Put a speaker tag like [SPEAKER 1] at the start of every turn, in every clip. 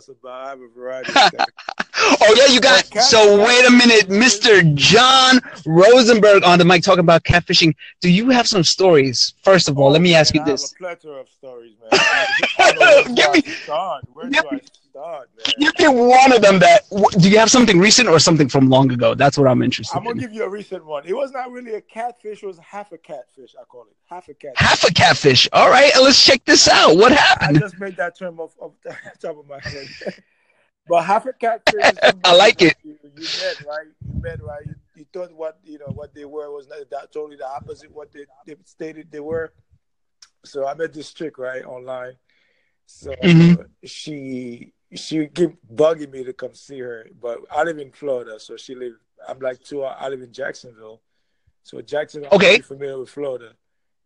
[SPEAKER 1] survive a variety of things.
[SPEAKER 2] Oh yeah, you got.
[SPEAKER 1] Well,
[SPEAKER 2] So
[SPEAKER 1] catfish-
[SPEAKER 2] wait a minute, Mr. John Rosenberg on the mic talking about catfishing. Do you have some stories? First of all, let me ask you
[SPEAKER 1] Oh, Man,
[SPEAKER 2] this.
[SPEAKER 1] I have a plethora of stories, man. I don't know
[SPEAKER 2] Give
[SPEAKER 1] where
[SPEAKER 2] me-
[SPEAKER 1] do I start? Where
[SPEAKER 2] give
[SPEAKER 1] do I start, man?
[SPEAKER 2] You pick one of them that. wh- Do you have something recent or something from long ago? That's what I'm interested
[SPEAKER 1] I'm gonna
[SPEAKER 2] in.
[SPEAKER 1] give you a recent one. It was not really a catfish; it was half a catfish. I call it half a catfish.
[SPEAKER 2] Half a catfish. All right, let's check this out. What
[SPEAKER 1] I
[SPEAKER 2] happened?
[SPEAKER 1] just made that term off, off the top of my head. But half a catfish. is
[SPEAKER 2] I like it.
[SPEAKER 1] You, you met right. You met right. You, you thought what you know what they were was not that totally the opposite what they, they stated they were. So I met this chick right online. So
[SPEAKER 2] Mhm.
[SPEAKER 1] she she kept bugging me to come see her, but I live in Florida, so she live. I'm like two. I live in Jacksonville, so Jacksonville.
[SPEAKER 2] Okay.
[SPEAKER 1] you familiar with Florida?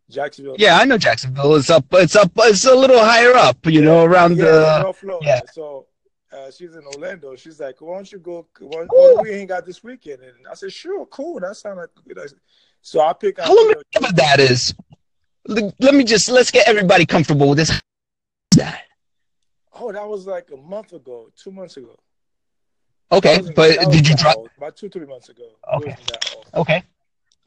[SPEAKER 1] Jacksonville.
[SPEAKER 2] Yeah, I know Jacksonville. It's up. It's up. It's a little higher up. You know, around
[SPEAKER 1] yeah,
[SPEAKER 2] the.
[SPEAKER 1] North Florida.
[SPEAKER 2] yeah.
[SPEAKER 1] So uh, she's in Orlando. She's like, "Why don't you go? Why, why
[SPEAKER 2] Oh.
[SPEAKER 1] don't we hang out this weekend?" And I said, "Sure, cool. That sounds like a good." idea." So I pick out.
[SPEAKER 2] How long
[SPEAKER 1] you know,
[SPEAKER 2] ago that is? L- Let me just. Let's get everybody comfortable with this. That
[SPEAKER 1] oh, that was like a month ago, two months ago.
[SPEAKER 2] okay?
[SPEAKER 1] That wasn't- that
[SPEAKER 2] But did you
[SPEAKER 1] wasn't
[SPEAKER 2] drop?
[SPEAKER 1] that old. About two, three months ago. It
[SPEAKER 2] Okay.
[SPEAKER 1] wasn't that old.
[SPEAKER 2] Okay.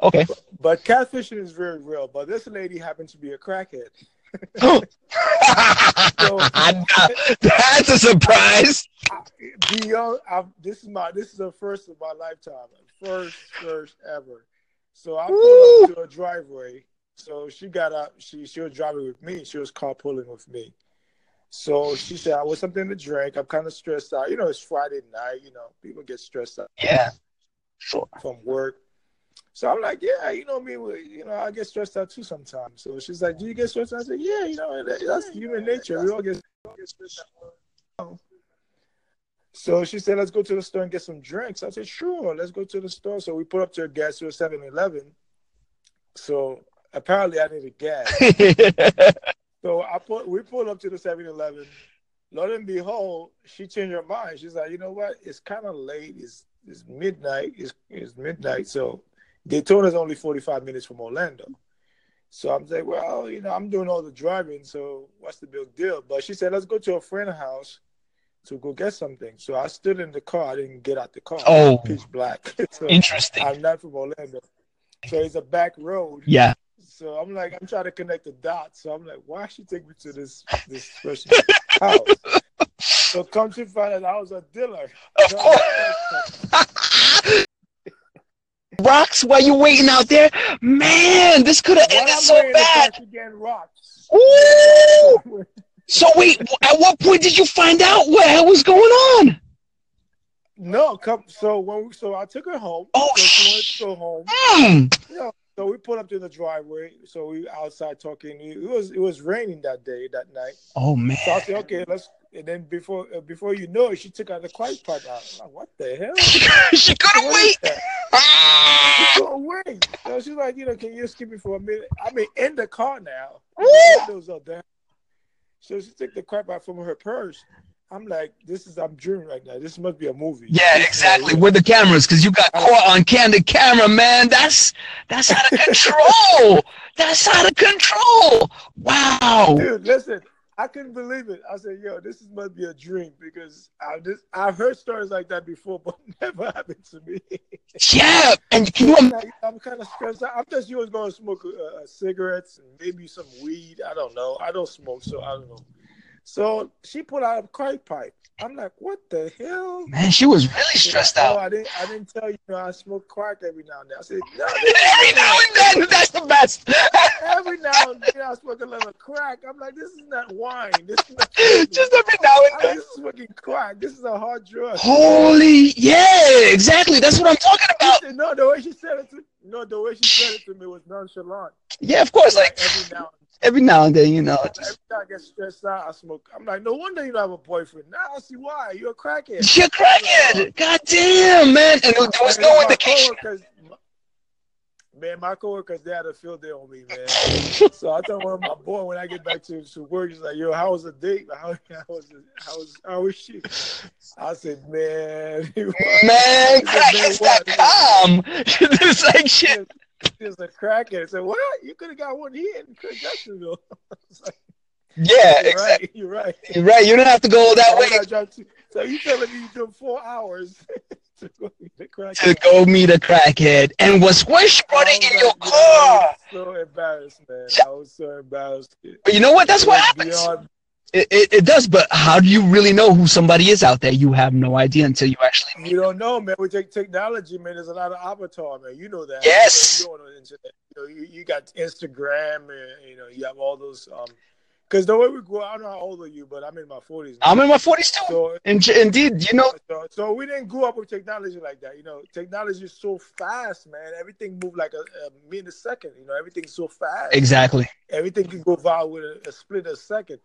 [SPEAKER 2] Okay.
[SPEAKER 1] But catfishing is very real. But this lady happened to be a crackhead.
[SPEAKER 2] That's a surprise.
[SPEAKER 1] Beyond, I'm, this is my this is the first of my lifetime, first first ever. So I pulled up to a driveway. So she got out. She she was driving with me. She was carpooling with me. So she said, "I want something to drink. I'm kind of stressed out. You know, it's Friday night. You know, people get stressed out
[SPEAKER 2] Yeah. Sure.
[SPEAKER 1] from work." So I'm like, "Yeah, you know me. we- You know, I get stressed out too sometimes." So she's like, "Do you get stressed out?" I said, "Yeah, you know, that- that's human nature. We all get." So she said, let's go to the store and get some drinks. I said, sure, let's go to the store. So we put up to a gas to a 7 Eleven. So apparently I needed gas. so I put we pulled up to the 7 Eleven. Lo and behold, she changed her mind. She's like, you know what? It's kind of late. It's it's midnight. It's it's midnight. So Daytona's only 45 minutes from Orlando. So I'm like, well, you know, I'm doing all the driving, so what's the big deal? But she said, let's go to a friend's house to go get something. So I stood in the car. I didn't get out the car.
[SPEAKER 2] Oh.
[SPEAKER 1] pitch black. so
[SPEAKER 2] Interesting.
[SPEAKER 1] I'm not from Orlando. So it's a back road.
[SPEAKER 2] Yeah.
[SPEAKER 1] So I'm like, I'm trying to connect the dots. So I'm like, why she take me to this this person's house? So come to find out I was a dealer.
[SPEAKER 2] Of course. Rocks, while you waiting out there, man, this could have
[SPEAKER 1] What
[SPEAKER 2] ended
[SPEAKER 1] I'm
[SPEAKER 2] so
[SPEAKER 1] wearing is
[SPEAKER 2] bad.
[SPEAKER 1] actually getting rocks.
[SPEAKER 2] Ooh! So wait, at what point did you find out what hell was going on?
[SPEAKER 1] No, come. So when we, so I took her home.
[SPEAKER 2] Oh,
[SPEAKER 1] so she wanted to go home.
[SPEAKER 2] Mm.
[SPEAKER 1] So we pulled up to the driveway. So we outside talking. It was it was raining that day, that night.
[SPEAKER 2] Oh man.
[SPEAKER 1] So I said, okay, let's. And then before uh, before you know it, she took out the quiet part out. I'm like, what the hell?
[SPEAKER 2] she couldn't
[SPEAKER 1] What is
[SPEAKER 2] wait.
[SPEAKER 1] that?
[SPEAKER 2] Ah!
[SPEAKER 1] She go away. So she's like, you know, can you just give me for a minute? I mean, in the car now.
[SPEAKER 2] Woo!
[SPEAKER 1] The windows are down. So she took the crap out from her purse. I'm like, this is I'm dreaming right now. This must be a movie.
[SPEAKER 2] Yeah,
[SPEAKER 1] This is not
[SPEAKER 2] exactly.
[SPEAKER 1] real.
[SPEAKER 2] With the cameras, because you got caught on candid camera, man. That's that's out of control. that's out of control. Wow.
[SPEAKER 1] Dude, listen, I couldn't believe it. I said, "Yo, this is, must be a dream because I just I've heard stories like that before, but never happened to me."
[SPEAKER 2] Yeah. And can you
[SPEAKER 1] Like, I'm kind of stressed out. I thought you was going to smoke uh, uh, cigarettes and maybe some weed. I don't know. I don't smoke, so I don't know. So she pulled out a crack pipe. I'm like, "What the hell?"
[SPEAKER 2] man, she was really stressed
[SPEAKER 1] Oh,
[SPEAKER 2] out.
[SPEAKER 1] I didn't. I didn't tell you. you know, I smoke crack every now and then. I said, "No,
[SPEAKER 2] Every now and then, that's the best.
[SPEAKER 1] every now and then I smoke a little crack." I'm like, "This is not wine. This is not
[SPEAKER 2] Just every now and
[SPEAKER 1] I mean,
[SPEAKER 2] then.
[SPEAKER 1] this is fucking crack. This is a hard drug.
[SPEAKER 2] Holy yeah, exactly. That's what I'm talking
[SPEAKER 1] She
[SPEAKER 2] about.
[SPEAKER 1] said- no, the way she said it to no, the way she said it to me was nonchalant.
[SPEAKER 2] Yeah, of course.
[SPEAKER 1] Like
[SPEAKER 2] Like
[SPEAKER 1] every now and
[SPEAKER 2] every now and then, you know.
[SPEAKER 1] then,
[SPEAKER 2] Just,
[SPEAKER 1] every time I get stressed out, I smoke. I'm like, no wonder you don't have a boyfriend. Now I see why. You're a crackhead.
[SPEAKER 2] she a crackhead. God damn, man. And there was no
[SPEAKER 1] My
[SPEAKER 2] indication.
[SPEAKER 1] coworkers- Man, my coworkers, they had a field day on me, man. So I told one of my boy when I get back to, to work, he's like, "Yo, how was the date? How, how was the, how was how was she?" I said, "Man, it was-
[SPEAKER 2] Man,
[SPEAKER 1] It's a man, what?
[SPEAKER 2] crackheads.com. it's like shit.
[SPEAKER 1] She was a crackhead. I said, What? You could have got one here in Jacksonville. I was like,
[SPEAKER 2] Yeah,
[SPEAKER 1] You're
[SPEAKER 2] exactly.
[SPEAKER 1] right. You're right.
[SPEAKER 2] You're right. You don't have to go that way
[SPEAKER 1] I drive two- So you telling me you took four hours to go get the crack?
[SPEAKER 2] to go meet a crackhead. And what's worse, she brought it in your car.
[SPEAKER 1] So embarrassed, man. I was so embarrassed.
[SPEAKER 2] But you know what? That's what happens.
[SPEAKER 1] Beyond,
[SPEAKER 2] It, it, it does, but how do you really know who somebody is out there? You have no idea until you actually meet.
[SPEAKER 1] you don't know, man. With tech- technology, man, there's a lot of avatar, man. You know that.
[SPEAKER 2] Yes.
[SPEAKER 1] You, know, you, don't know the internet. You, know, you, you got Instagram, and you know you have all those. Um, because the way we grew, up, I don't know how old are you, but I'm in my 40s. Now.
[SPEAKER 2] I'm in my 40s too.
[SPEAKER 1] so
[SPEAKER 2] And j- indeed, you know,
[SPEAKER 1] So, uh, so we didn't grow up with technology like that. You know, technology is so fast, man. Everything moved like a, a minute a second. You know, everything's so fast.
[SPEAKER 2] exactly.
[SPEAKER 1] Everything can go viral with a, a split a second.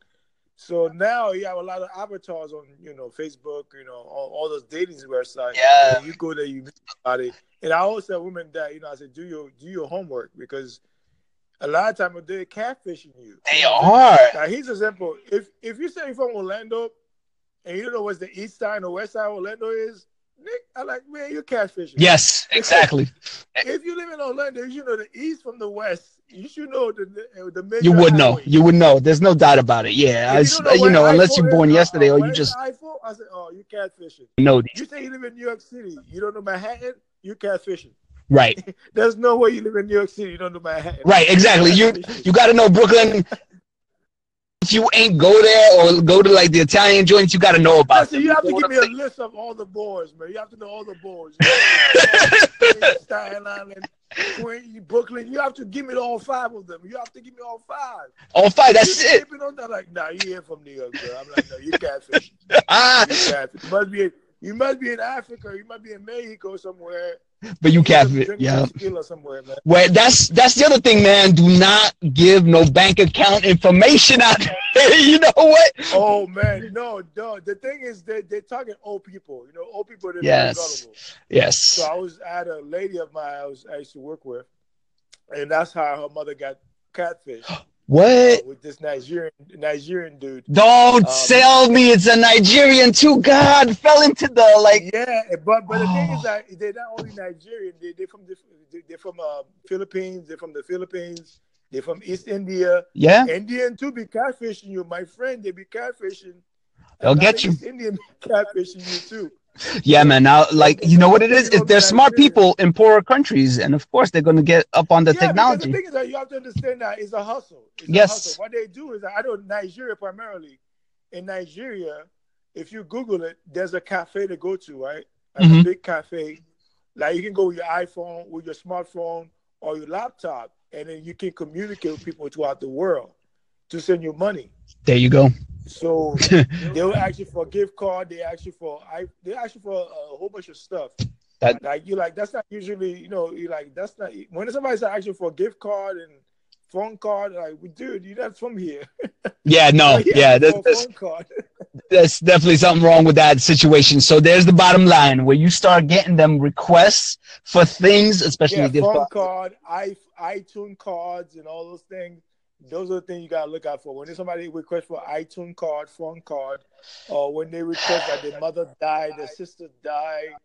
[SPEAKER 1] So now you have a lot of avatars on, you know, Facebook, you know, all, all those dating websites.
[SPEAKER 2] Yeah.
[SPEAKER 1] You, know, you go there, you meet somebody. And I always tell women that, you know, I said, do your do your homework because a lot of time they're catfishing you.
[SPEAKER 2] They are.
[SPEAKER 1] Now here's a simple. If if you say you're from Orlando and you don't know what's the east side or west side of Orlando is, Nick, I like man, you're catfishing.
[SPEAKER 2] Yes, exactly.
[SPEAKER 1] If you live in Orlando, you should know the east from the west. You should know the the, the major
[SPEAKER 2] You would know.
[SPEAKER 1] highways.
[SPEAKER 2] You would know. There's no doubt about it. Yeah,
[SPEAKER 1] If
[SPEAKER 2] I
[SPEAKER 1] you
[SPEAKER 2] s-
[SPEAKER 1] don't
[SPEAKER 2] you, know,
[SPEAKER 1] where
[SPEAKER 2] unless
[SPEAKER 1] Eiffel
[SPEAKER 2] you're born
[SPEAKER 1] is, uh,
[SPEAKER 2] yesterday or you
[SPEAKER 1] where's
[SPEAKER 2] just
[SPEAKER 1] Eiffel, I said, oh, you catfishing.
[SPEAKER 2] know these.
[SPEAKER 1] You say you live in New York City, you don't know Manhattan, you catfishing.
[SPEAKER 2] Right,
[SPEAKER 1] There's no way you live in New York City, you don't know Manhattan.
[SPEAKER 2] right, exactly. You
[SPEAKER 1] Catfishing.
[SPEAKER 2] you got to know Brooklyn. If you ain't go there or go to like the Italian joints, you got to know about.
[SPEAKER 1] Listen, you have to
[SPEAKER 2] What
[SPEAKER 1] give
[SPEAKER 2] I'm
[SPEAKER 1] me a
[SPEAKER 2] saying.
[SPEAKER 1] list of all the boards, man. You have to know all the boards. You have to know Staten Island, Queens, Brooklyn. You have to give me all five of them. You have to give me all five.
[SPEAKER 2] All five. That's
[SPEAKER 1] you
[SPEAKER 2] it.
[SPEAKER 1] sleeping On that. Like, nah, you ain't from New York, bro. I'm like, no, you catfish.
[SPEAKER 2] Ah,
[SPEAKER 1] You catfish. You must be. You must be in Africa. You must be in Mexico somewhere.
[SPEAKER 2] but you
[SPEAKER 1] must be
[SPEAKER 2] catfish.
[SPEAKER 1] drinking
[SPEAKER 2] Yeah.
[SPEAKER 1] Tequila somewhere, man.
[SPEAKER 2] Well, that's that's the other thing, man. Do not give no bank account information out. there. you know what?
[SPEAKER 1] Oh man, no, no. The thing is, they they target old people. You know, old people. They're very
[SPEAKER 2] Yes.
[SPEAKER 1] gullible.
[SPEAKER 2] Yes.
[SPEAKER 1] So I was I had a lady of mine I was I used to work with, and that's how her mother got catfish uh,
[SPEAKER 2] What?
[SPEAKER 1] with this Nigerian Nigerian dude.
[SPEAKER 2] Don't
[SPEAKER 1] Um,
[SPEAKER 2] sell me. It's a Nigerian too. God fell into the like. oh.
[SPEAKER 1] yeah, but but the thing is that they're not only Nigerian. They they from different. They're from uh, Philippines. They're from the Philippines. They're from East India.
[SPEAKER 2] Yeah.
[SPEAKER 1] Indian too be catfishing you, my friend. They be catfishing.
[SPEAKER 2] They'll get
[SPEAKER 1] Another
[SPEAKER 2] you.
[SPEAKER 1] East Indian be catfishing you too.
[SPEAKER 2] Yeah, man. Now, like, you know what it is?
[SPEAKER 1] You know,
[SPEAKER 2] Is they're smart
[SPEAKER 1] Nigeria.
[SPEAKER 2] people in poorer countries, and of course they're going to get up on the
[SPEAKER 1] because The
[SPEAKER 2] technology.
[SPEAKER 1] thing is that you have to understand that it's a hustle. It's
[SPEAKER 2] Yes.
[SPEAKER 1] A hustle. What they do is I know Nigeria primarily. In Nigeria, if you Google it, there's a cafe to go to, right? Like a
[SPEAKER 2] Mhm.
[SPEAKER 1] big cafe. Like you can go with your iPhone, with your smartphone, or your laptop, and then you can communicate with people throughout the world to send you money.
[SPEAKER 2] There you go.
[SPEAKER 1] So they will ask you for a gift card. They ask you for I. They ask you for a whole bunch of stuff.
[SPEAKER 2] That-
[SPEAKER 1] like you like that's not usually you know you like that's not when somebody's asking for a gift card and phone card like well, dude you're not from here.
[SPEAKER 2] Yeah. No.
[SPEAKER 1] He asked
[SPEAKER 2] Oh, Yeah.
[SPEAKER 1] for a
[SPEAKER 2] That's, that's
[SPEAKER 1] phone card.
[SPEAKER 2] that's definitely something wrong with that situation. So there's the bottom line where you start getting them requests for things, especially
[SPEAKER 1] Yeah,
[SPEAKER 2] gift
[SPEAKER 1] phone
[SPEAKER 2] cards.
[SPEAKER 1] card, i iTunes cards, and all those things. Those are the things you gotta look out for. When there's somebody request for iTunes card, phone card, or when they request that their mother died, their sister died,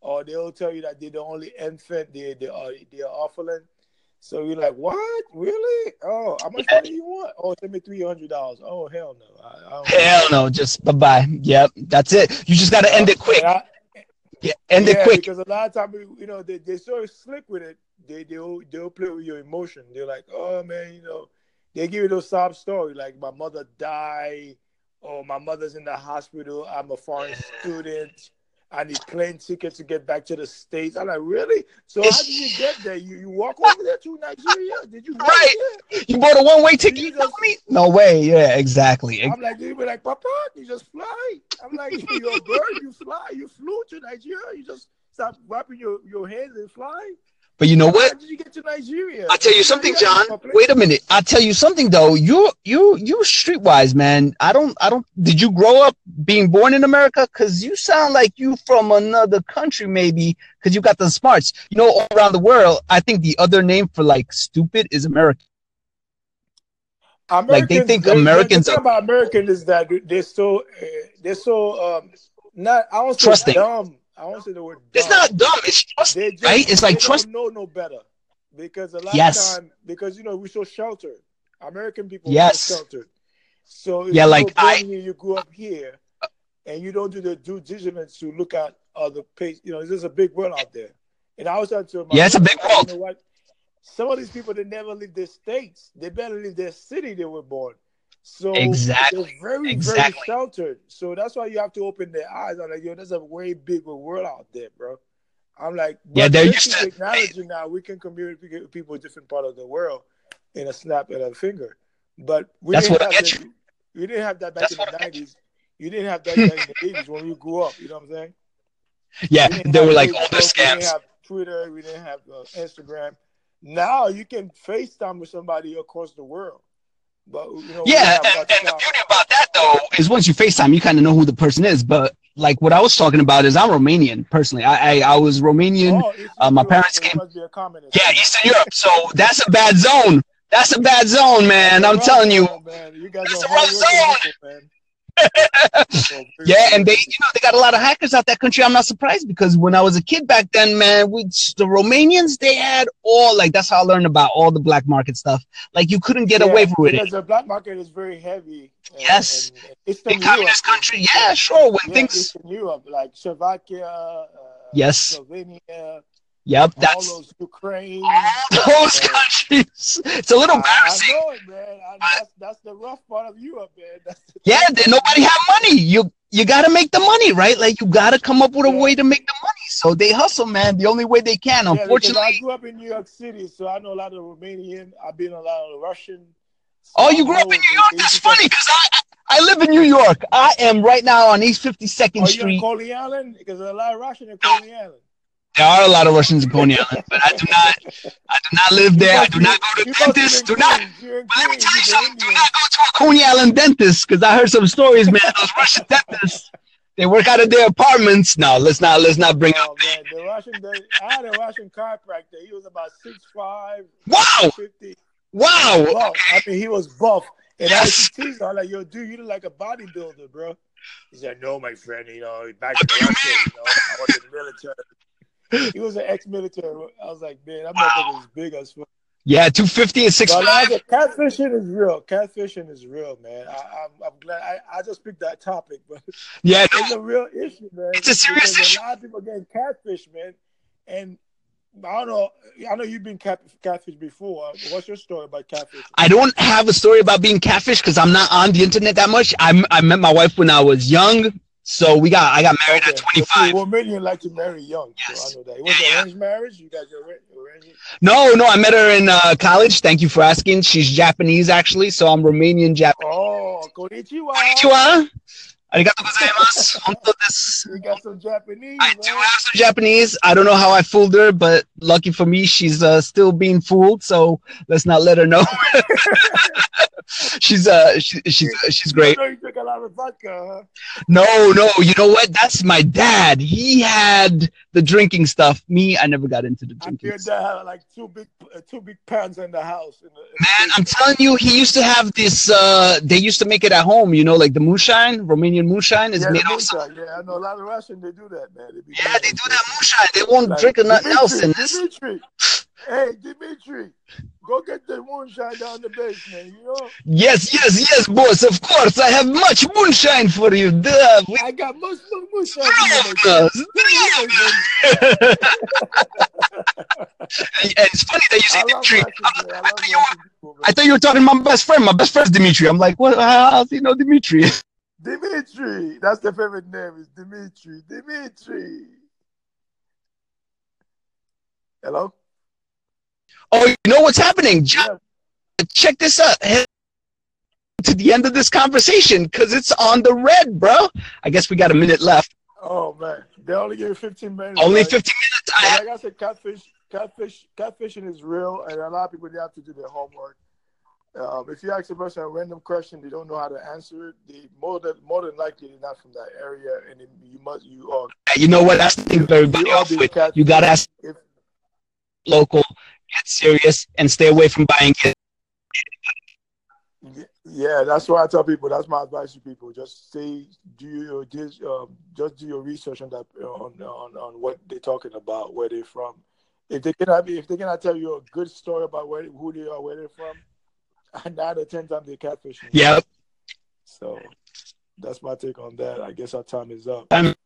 [SPEAKER 1] or they'll tell you that they're the only infant, they they are they are orphan. So you're like, what? Really? Oh, how much money you want? Oh, send me three hundred dollars. Oh, hell no. I, I don't
[SPEAKER 2] Hell no, just bye bye. Yep, that's it. You just got to end it quick.
[SPEAKER 1] And I-
[SPEAKER 2] Yeah, end
[SPEAKER 1] yeah,
[SPEAKER 2] it quick.
[SPEAKER 1] Because a lot of times, you know, they they so slick with it. They they'll they'll play with your emotion. They're like, oh man, you know, they give you those sob story like my mother died, or my mother's in the hospital. I'm a foreign student. I need plane ticket to get back to the states. I'm like, really? So how did you get there? You you walk over there to Nigeria? Did you walk
[SPEAKER 2] Right.
[SPEAKER 1] there?
[SPEAKER 2] You bought a one way ticket.
[SPEAKER 1] You
[SPEAKER 2] You
[SPEAKER 1] just-
[SPEAKER 2] know me? No way. Yeah, exactly.
[SPEAKER 1] I'm like, they were like, Papa, you just fly. I'm like, you're a bird, you fly. You flew to Nigeria. You just stop wrapping your, your hands and fly.
[SPEAKER 2] But you know what?
[SPEAKER 1] How did you get to Nigeria?
[SPEAKER 2] I'll tell you something, John. Wait a minute. I'll tell you something though. You you you streetwise, man. I don't I don't did you grow up being born in America? Cause you sound like you from another country, maybe, because you got the smarts. You know, all around the world, I think the other name for like stupid is American.
[SPEAKER 1] Americans,
[SPEAKER 2] Like, they think
[SPEAKER 1] the- the-
[SPEAKER 2] Americans
[SPEAKER 1] The,
[SPEAKER 2] are-
[SPEAKER 1] thing about Americans is that they're so uh, they're so um not. I don't say
[SPEAKER 2] Trusting.
[SPEAKER 1] dumb. I don't say the word. Dumb.
[SPEAKER 2] It's not dumb, it's trust.
[SPEAKER 1] They just,
[SPEAKER 2] right? It's like
[SPEAKER 1] they
[SPEAKER 2] trust-
[SPEAKER 1] Don't know no better because a lot
[SPEAKER 2] Yes.
[SPEAKER 1] of time because you know we're so sheltered. American people are
[SPEAKER 2] Yes.
[SPEAKER 1] so sheltered. So
[SPEAKER 2] yeah, like I
[SPEAKER 1] you, you grew up here, and you don't do the due diligence to look at other page. You know, there's a big world out there, and I was trying to
[SPEAKER 2] yeah, it's a big world.
[SPEAKER 1] You know what? Some of these people they never leave their states. They better leave their city they were born. So
[SPEAKER 2] exactly,
[SPEAKER 1] very
[SPEAKER 2] exactly.
[SPEAKER 1] very sheltered. So that's why you have to open their eyes. I'm like, yo, there's a way bigger world out there, bro. I'm like,
[SPEAKER 2] yeah, they're used
[SPEAKER 1] to acknowledging now we can communicate with people in different part of the world in a snap of a finger. But we
[SPEAKER 2] that's
[SPEAKER 1] didn't
[SPEAKER 2] what
[SPEAKER 1] have
[SPEAKER 2] I get
[SPEAKER 1] that,
[SPEAKER 2] you.
[SPEAKER 1] We didn't have that back
[SPEAKER 2] That's
[SPEAKER 1] in the
[SPEAKER 2] what I get you.
[SPEAKER 1] nineties. You didn't have that back in the eighties when we grew up. You know what I'm saying?
[SPEAKER 2] Yeah,
[SPEAKER 1] We didn't
[SPEAKER 2] they
[SPEAKER 1] have
[SPEAKER 2] were like
[SPEAKER 1] Facebook,
[SPEAKER 2] all the
[SPEAKER 1] We didn't
[SPEAKER 2] scams.
[SPEAKER 1] have Twitter. We didn't have uh, Instagram. Now you can FaceTime with somebody across the world. But you know, we
[SPEAKER 2] Yeah,
[SPEAKER 1] didn't
[SPEAKER 2] and,
[SPEAKER 1] have
[SPEAKER 2] and the
[SPEAKER 1] WhatsApp.
[SPEAKER 2] beauty about that though is once you FaceTime, you kind of know who the person is. But like what I was talking about is I'm Romanian personally. I I, I was Romanian.
[SPEAKER 1] Oh, Eastern
[SPEAKER 2] Uh, my
[SPEAKER 1] Europe,
[SPEAKER 2] parents
[SPEAKER 1] so you
[SPEAKER 2] came.
[SPEAKER 1] must be a communist.
[SPEAKER 2] Yeah, Eastern Europe. So that's a bad zone. That's a bad zone, man. I'm
[SPEAKER 1] Rough
[SPEAKER 2] telling you.
[SPEAKER 1] zone, man. You guys
[SPEAKER 2] That's
[SPEAKER 1] are
[SPEAKER 2] a rough
[SPEAKER 1] hard working people, man.
[SPEAKER 2] Yeah, and they, you know, they got a lot of hackers out that country. I'm not surprised because when I was a kid back then, man, we the Romanians they had all like that's how I learned about all the black market stuff. Like you couldn't get
[SPEAKER 1] Yeah,
[SPEAKER 2] away from it.
[SPEAKER 1] Because the black market is very heavy. and-
[SPEAKER 2] Yes.
[SPEAKER 1] and- and Eastern
[SPEAKER 2] In communist
[SPEAKER 1] Europe,
[SPEAKER 2] country, yeah, sure. When
[SPEAKER 1] yeah,
[SPEAKER 2] things,
[SPEAKER 1] Eastern Europe, like Slovakia, uh,
[SPEAKER 2] Yes.
[SPEAKER 1] Slovenia,
[SPEAKER 2] yep,
[SPEAKER 1] all
[SPEAKER 2] that's
[SPEAKER 1] those Ukraine.
[SPEAKER 2] all those
[SPEAKER 1] Yeah.
[SPEAKER 2] countries. It's a little
[SPEAKER 1] I, I
[SPEAKER 2] embarrassing.
[SPEAKER 1] know it, man. I, that's, that's the rough part of Europe, man. That's the
[SPEAKER 2] Yeah, then nobody had money. You you gotta make the money, right? Like you gotta come up with a
[SPEAKER 1] Yeah.
[SPEAKER 2] way to make the money. So they hustle, man, the only way they can.
[SPEAKER 1] Yeah, because I
[SPEAKER 2] Unfortunately,
[SPEAKER 1] grew up in New York City, so I know a lot of Romanian. I've been a lot of Russian. So
[SPEAKER 2] Oh,
[SPEAKER 1] I
[SPEAKER 2] you grew up
[SPEAKER 1] know
[SPEAKER 2] in New
[SPEAKER 1] they-
[SPEAKER 2] York?
[SPEAKER 1] they
[SPEAKER 2] That's
[SPEAKER 1] used to say-
[SPEAKER 2] funny because I I live in New York. I am right now on East 52nd
[SPEAKER 1] Are you in
[SPEAKER 2] Street.
[SPEAKER 1] Coney Island? Because there's a lot of Russian in Coney Island.
[SPEAKER 2] There are a lot of Russians in Coney Island, but I do not I do not live there. I do not go to
[SPEAKER 1] You must
[SPEAKER 2] dentists.
[SPEAKER 1] have
[SPEAKER 2] Do
[SPEAKER 1] been
[SPEAKER 2] not.
[SPEAKER 1] Queens. You're in
[SPEAKER 2] But let me
[SPEAKER 1] Queens.
[SPEAKER 2] tell you
[SPEAKER 1] You're
[SPEAKER 2] something. Do
[SPEAKER 1] Indian.
[SPEAKER 2] not go to a Coney Island dentist because I heard some stories, man. Those Russian dentists, they work out of their apartments. No, let's not let's not bring up.
[SPEAKER 1] Oh man, the Russian. The, I had a Russian chiropractor. He was about six five,
[SPEAKER 2] Wow!
[SPEAKER 1] fifty.
[SPEAKER 2] Wow!
[SPEAKER 1] Buff. I mean, he was buff. And I
[SPEAKER 2] Oh, Yes.
[SPEAKER 1] used to tease him. I'm like, "Yo, dude, you look like a bodybuilder, bro." He said, "No, my friend. You know, back
[SPEAKER 2] What do
[SPEAKER 1] in
[SPEAKER 2] you
[SPEAKER 1] Russia, you know, I was in the military." He was an ex-military. I was like, "Man, that motherfucker is big as fuck."
[SPEAKER 2] Yeah, 250 and
[SPEAKER 1] But
[SPEAKER 2] 6'5.
[SPEAKER 1] like, the catfishing is real. Catfishing is real, man. I, I'm, I'm glad I, I just picked that topic, but
[SPEAKER 2] Yeah,
[SPEAKER 1] it's
[SPEAKER 2] no,
[SPEAKER 1] a real issue, man.
[SPEAKER 2] It's a serious
[SPEAKER 1] because
[SPEAKER 2] issue.
[SPEAKER 1] A lot of people getting catfish, man. And I don't know. I know you've been cat, catfish before. Uh, What's your story about catfish?
[SPEAKER 2] I don't have a story about being catfish because I'm not on the internet that much. I I met my wife when I was young, so we got I got married at 25.
[SPEAKER 1] Well, Romanian like to marry young,
[SPEAKER 2] Yes.
[SPEAKER 1] so I know that. It was
[SPEAKER 2] Yeah, yeah.
[SPEAKER 1] arranged marriage. You guys arra- arranged.
[SPEAKER 2] No, no, I met her in uh, college. Thank you for asking. She's Japanese actually, so I'm Romanian Japanese.
[SPEAKER 1] Oh, konnichiwa.
[SPEAKER 2] Konnichiwa. Arigato gozaimasu. Honto desu.
[SPEAKER 1] You got some Japanese.
[SPEAKER 2] I do
[SPEAKER 1] huh?
[SPEAKER 2] have some Japanese. I don't know how I fooled her, but lucky for me, she's uh, still being fooled. So let's not let her know. she's uh, she, she's she's great.
[SPEAKER 1] I know you drink a lot of vodka.
[SPEAKER 2] No, no, you know what? That's my dad. He had the drinking stuff. Me, I never got into the
[SPEAKER 1] Huh? I
[SPEAKER 2] drinking
[SPEAKER 1] feel
[SPEAKER 2] stuff.
[SPEAKER 1] that had like two big, uh, two big pans in the house. In the, in the
[SPEAKER 2] Man, I'm
[SPEAKER 1] basement.
[SPEAKER 2] telling you, he used to have this uh they used to make it at home, you know, like the moonshine, Romanian moonshine is
[SPEAKER 1] yeah,
[SPEAKER 2] made
[SPEAKER 1] the
[SPEAKER 2] of some-
[SPEAKER 1] moonshine. Yeah, I know a lot of Russians. They do that, man. They be
[SPEAKER 2] Yeah, they
[SPEAKER 1] doing
[SPEAKER 2] do that moonshine. They won't
[SPEAKER 1] Like,
[SPEAKER 2] drink or nothing else in
[SPEAKER 1] Dimitri,
[SPEAKER 2] this.
[SPEAKER 1] Dimitri, hey Dimitri, go get the moonshine down the basement. You know,
[SPEAKER 2] Yes, yes, yes, boss, of course. I have much moonshine for you. Duh, we
[SPEAKER 1] I got most of the moonshine. in the basement.
[SPEAKER 2] Drove us. and it's funny that you say
[SPEAKER 1] I love
[SPEAKER 2] Dimitri.
[SPEAKER 1] Russians, man. I love
[SPEAKER 2] thought you were-
[SPEAKER 1] Russian people,
[SPEAKER 2] I
[SPEAKER 1] man.
[SPEAKER 2] thought you were talking to my best friend. My best friend's Dimitri. I'm like, what? How, how do you know Dimitri?
[SPEAKER 1] Dimitri, that's the favorite name is Dimitri. Dimitri. Hello.
[SPEAKER 2] Oh, you know what's happening? Ju-
[SPEAKER 1] Yeah.
[SPEAKER 2] Check this out. Head To the end of this conversation, because it's on the red, bro. I guess we got a minute left.
[SPEAKER 1] Oh man, they only give you 15 minutes.
[SPEAKER 2] Only
[SPEAKER 1] right?
[SPEAKER 2] 15 minutes. I
[SPEAKER 1] But
[SPEAKER 2] have.
[SPEAKER 1] like I said, catfish, catfish, catfishing is real, and a lot of people they have to do their homework. Um, if you ask a person a random question, they don't know how to answer it. They more than more than likely they're not from that area, and then you must you are
[SPEAKER 2] You know what? That's the thing for everybody
[SPEAKER 1] you are
[SPEAKER 2] off
[SPEAKER 1] being
[SPEAKER 2] with.
[SPEAKER 1] catfish.
[SPEAKER 2] You got to ask
[SPEAKER 1] If
[SPEAKER 2] local, get serious, and stay away from buying it.
[SPEAKER 1] yeah, that's why I tell people. That's my advice to people. Just say do your just um, just do your research on that on, on on what they're talking about, where they're from. If they cannot if they cannot tell you a good story about where who they are, where they're from, nine or ten times they're catfishing.
[SPEAKER 2] Yep.
[SPEAKER 1] So that's my take on that. I guess our time is up.
[SPEAKER 2] I'm-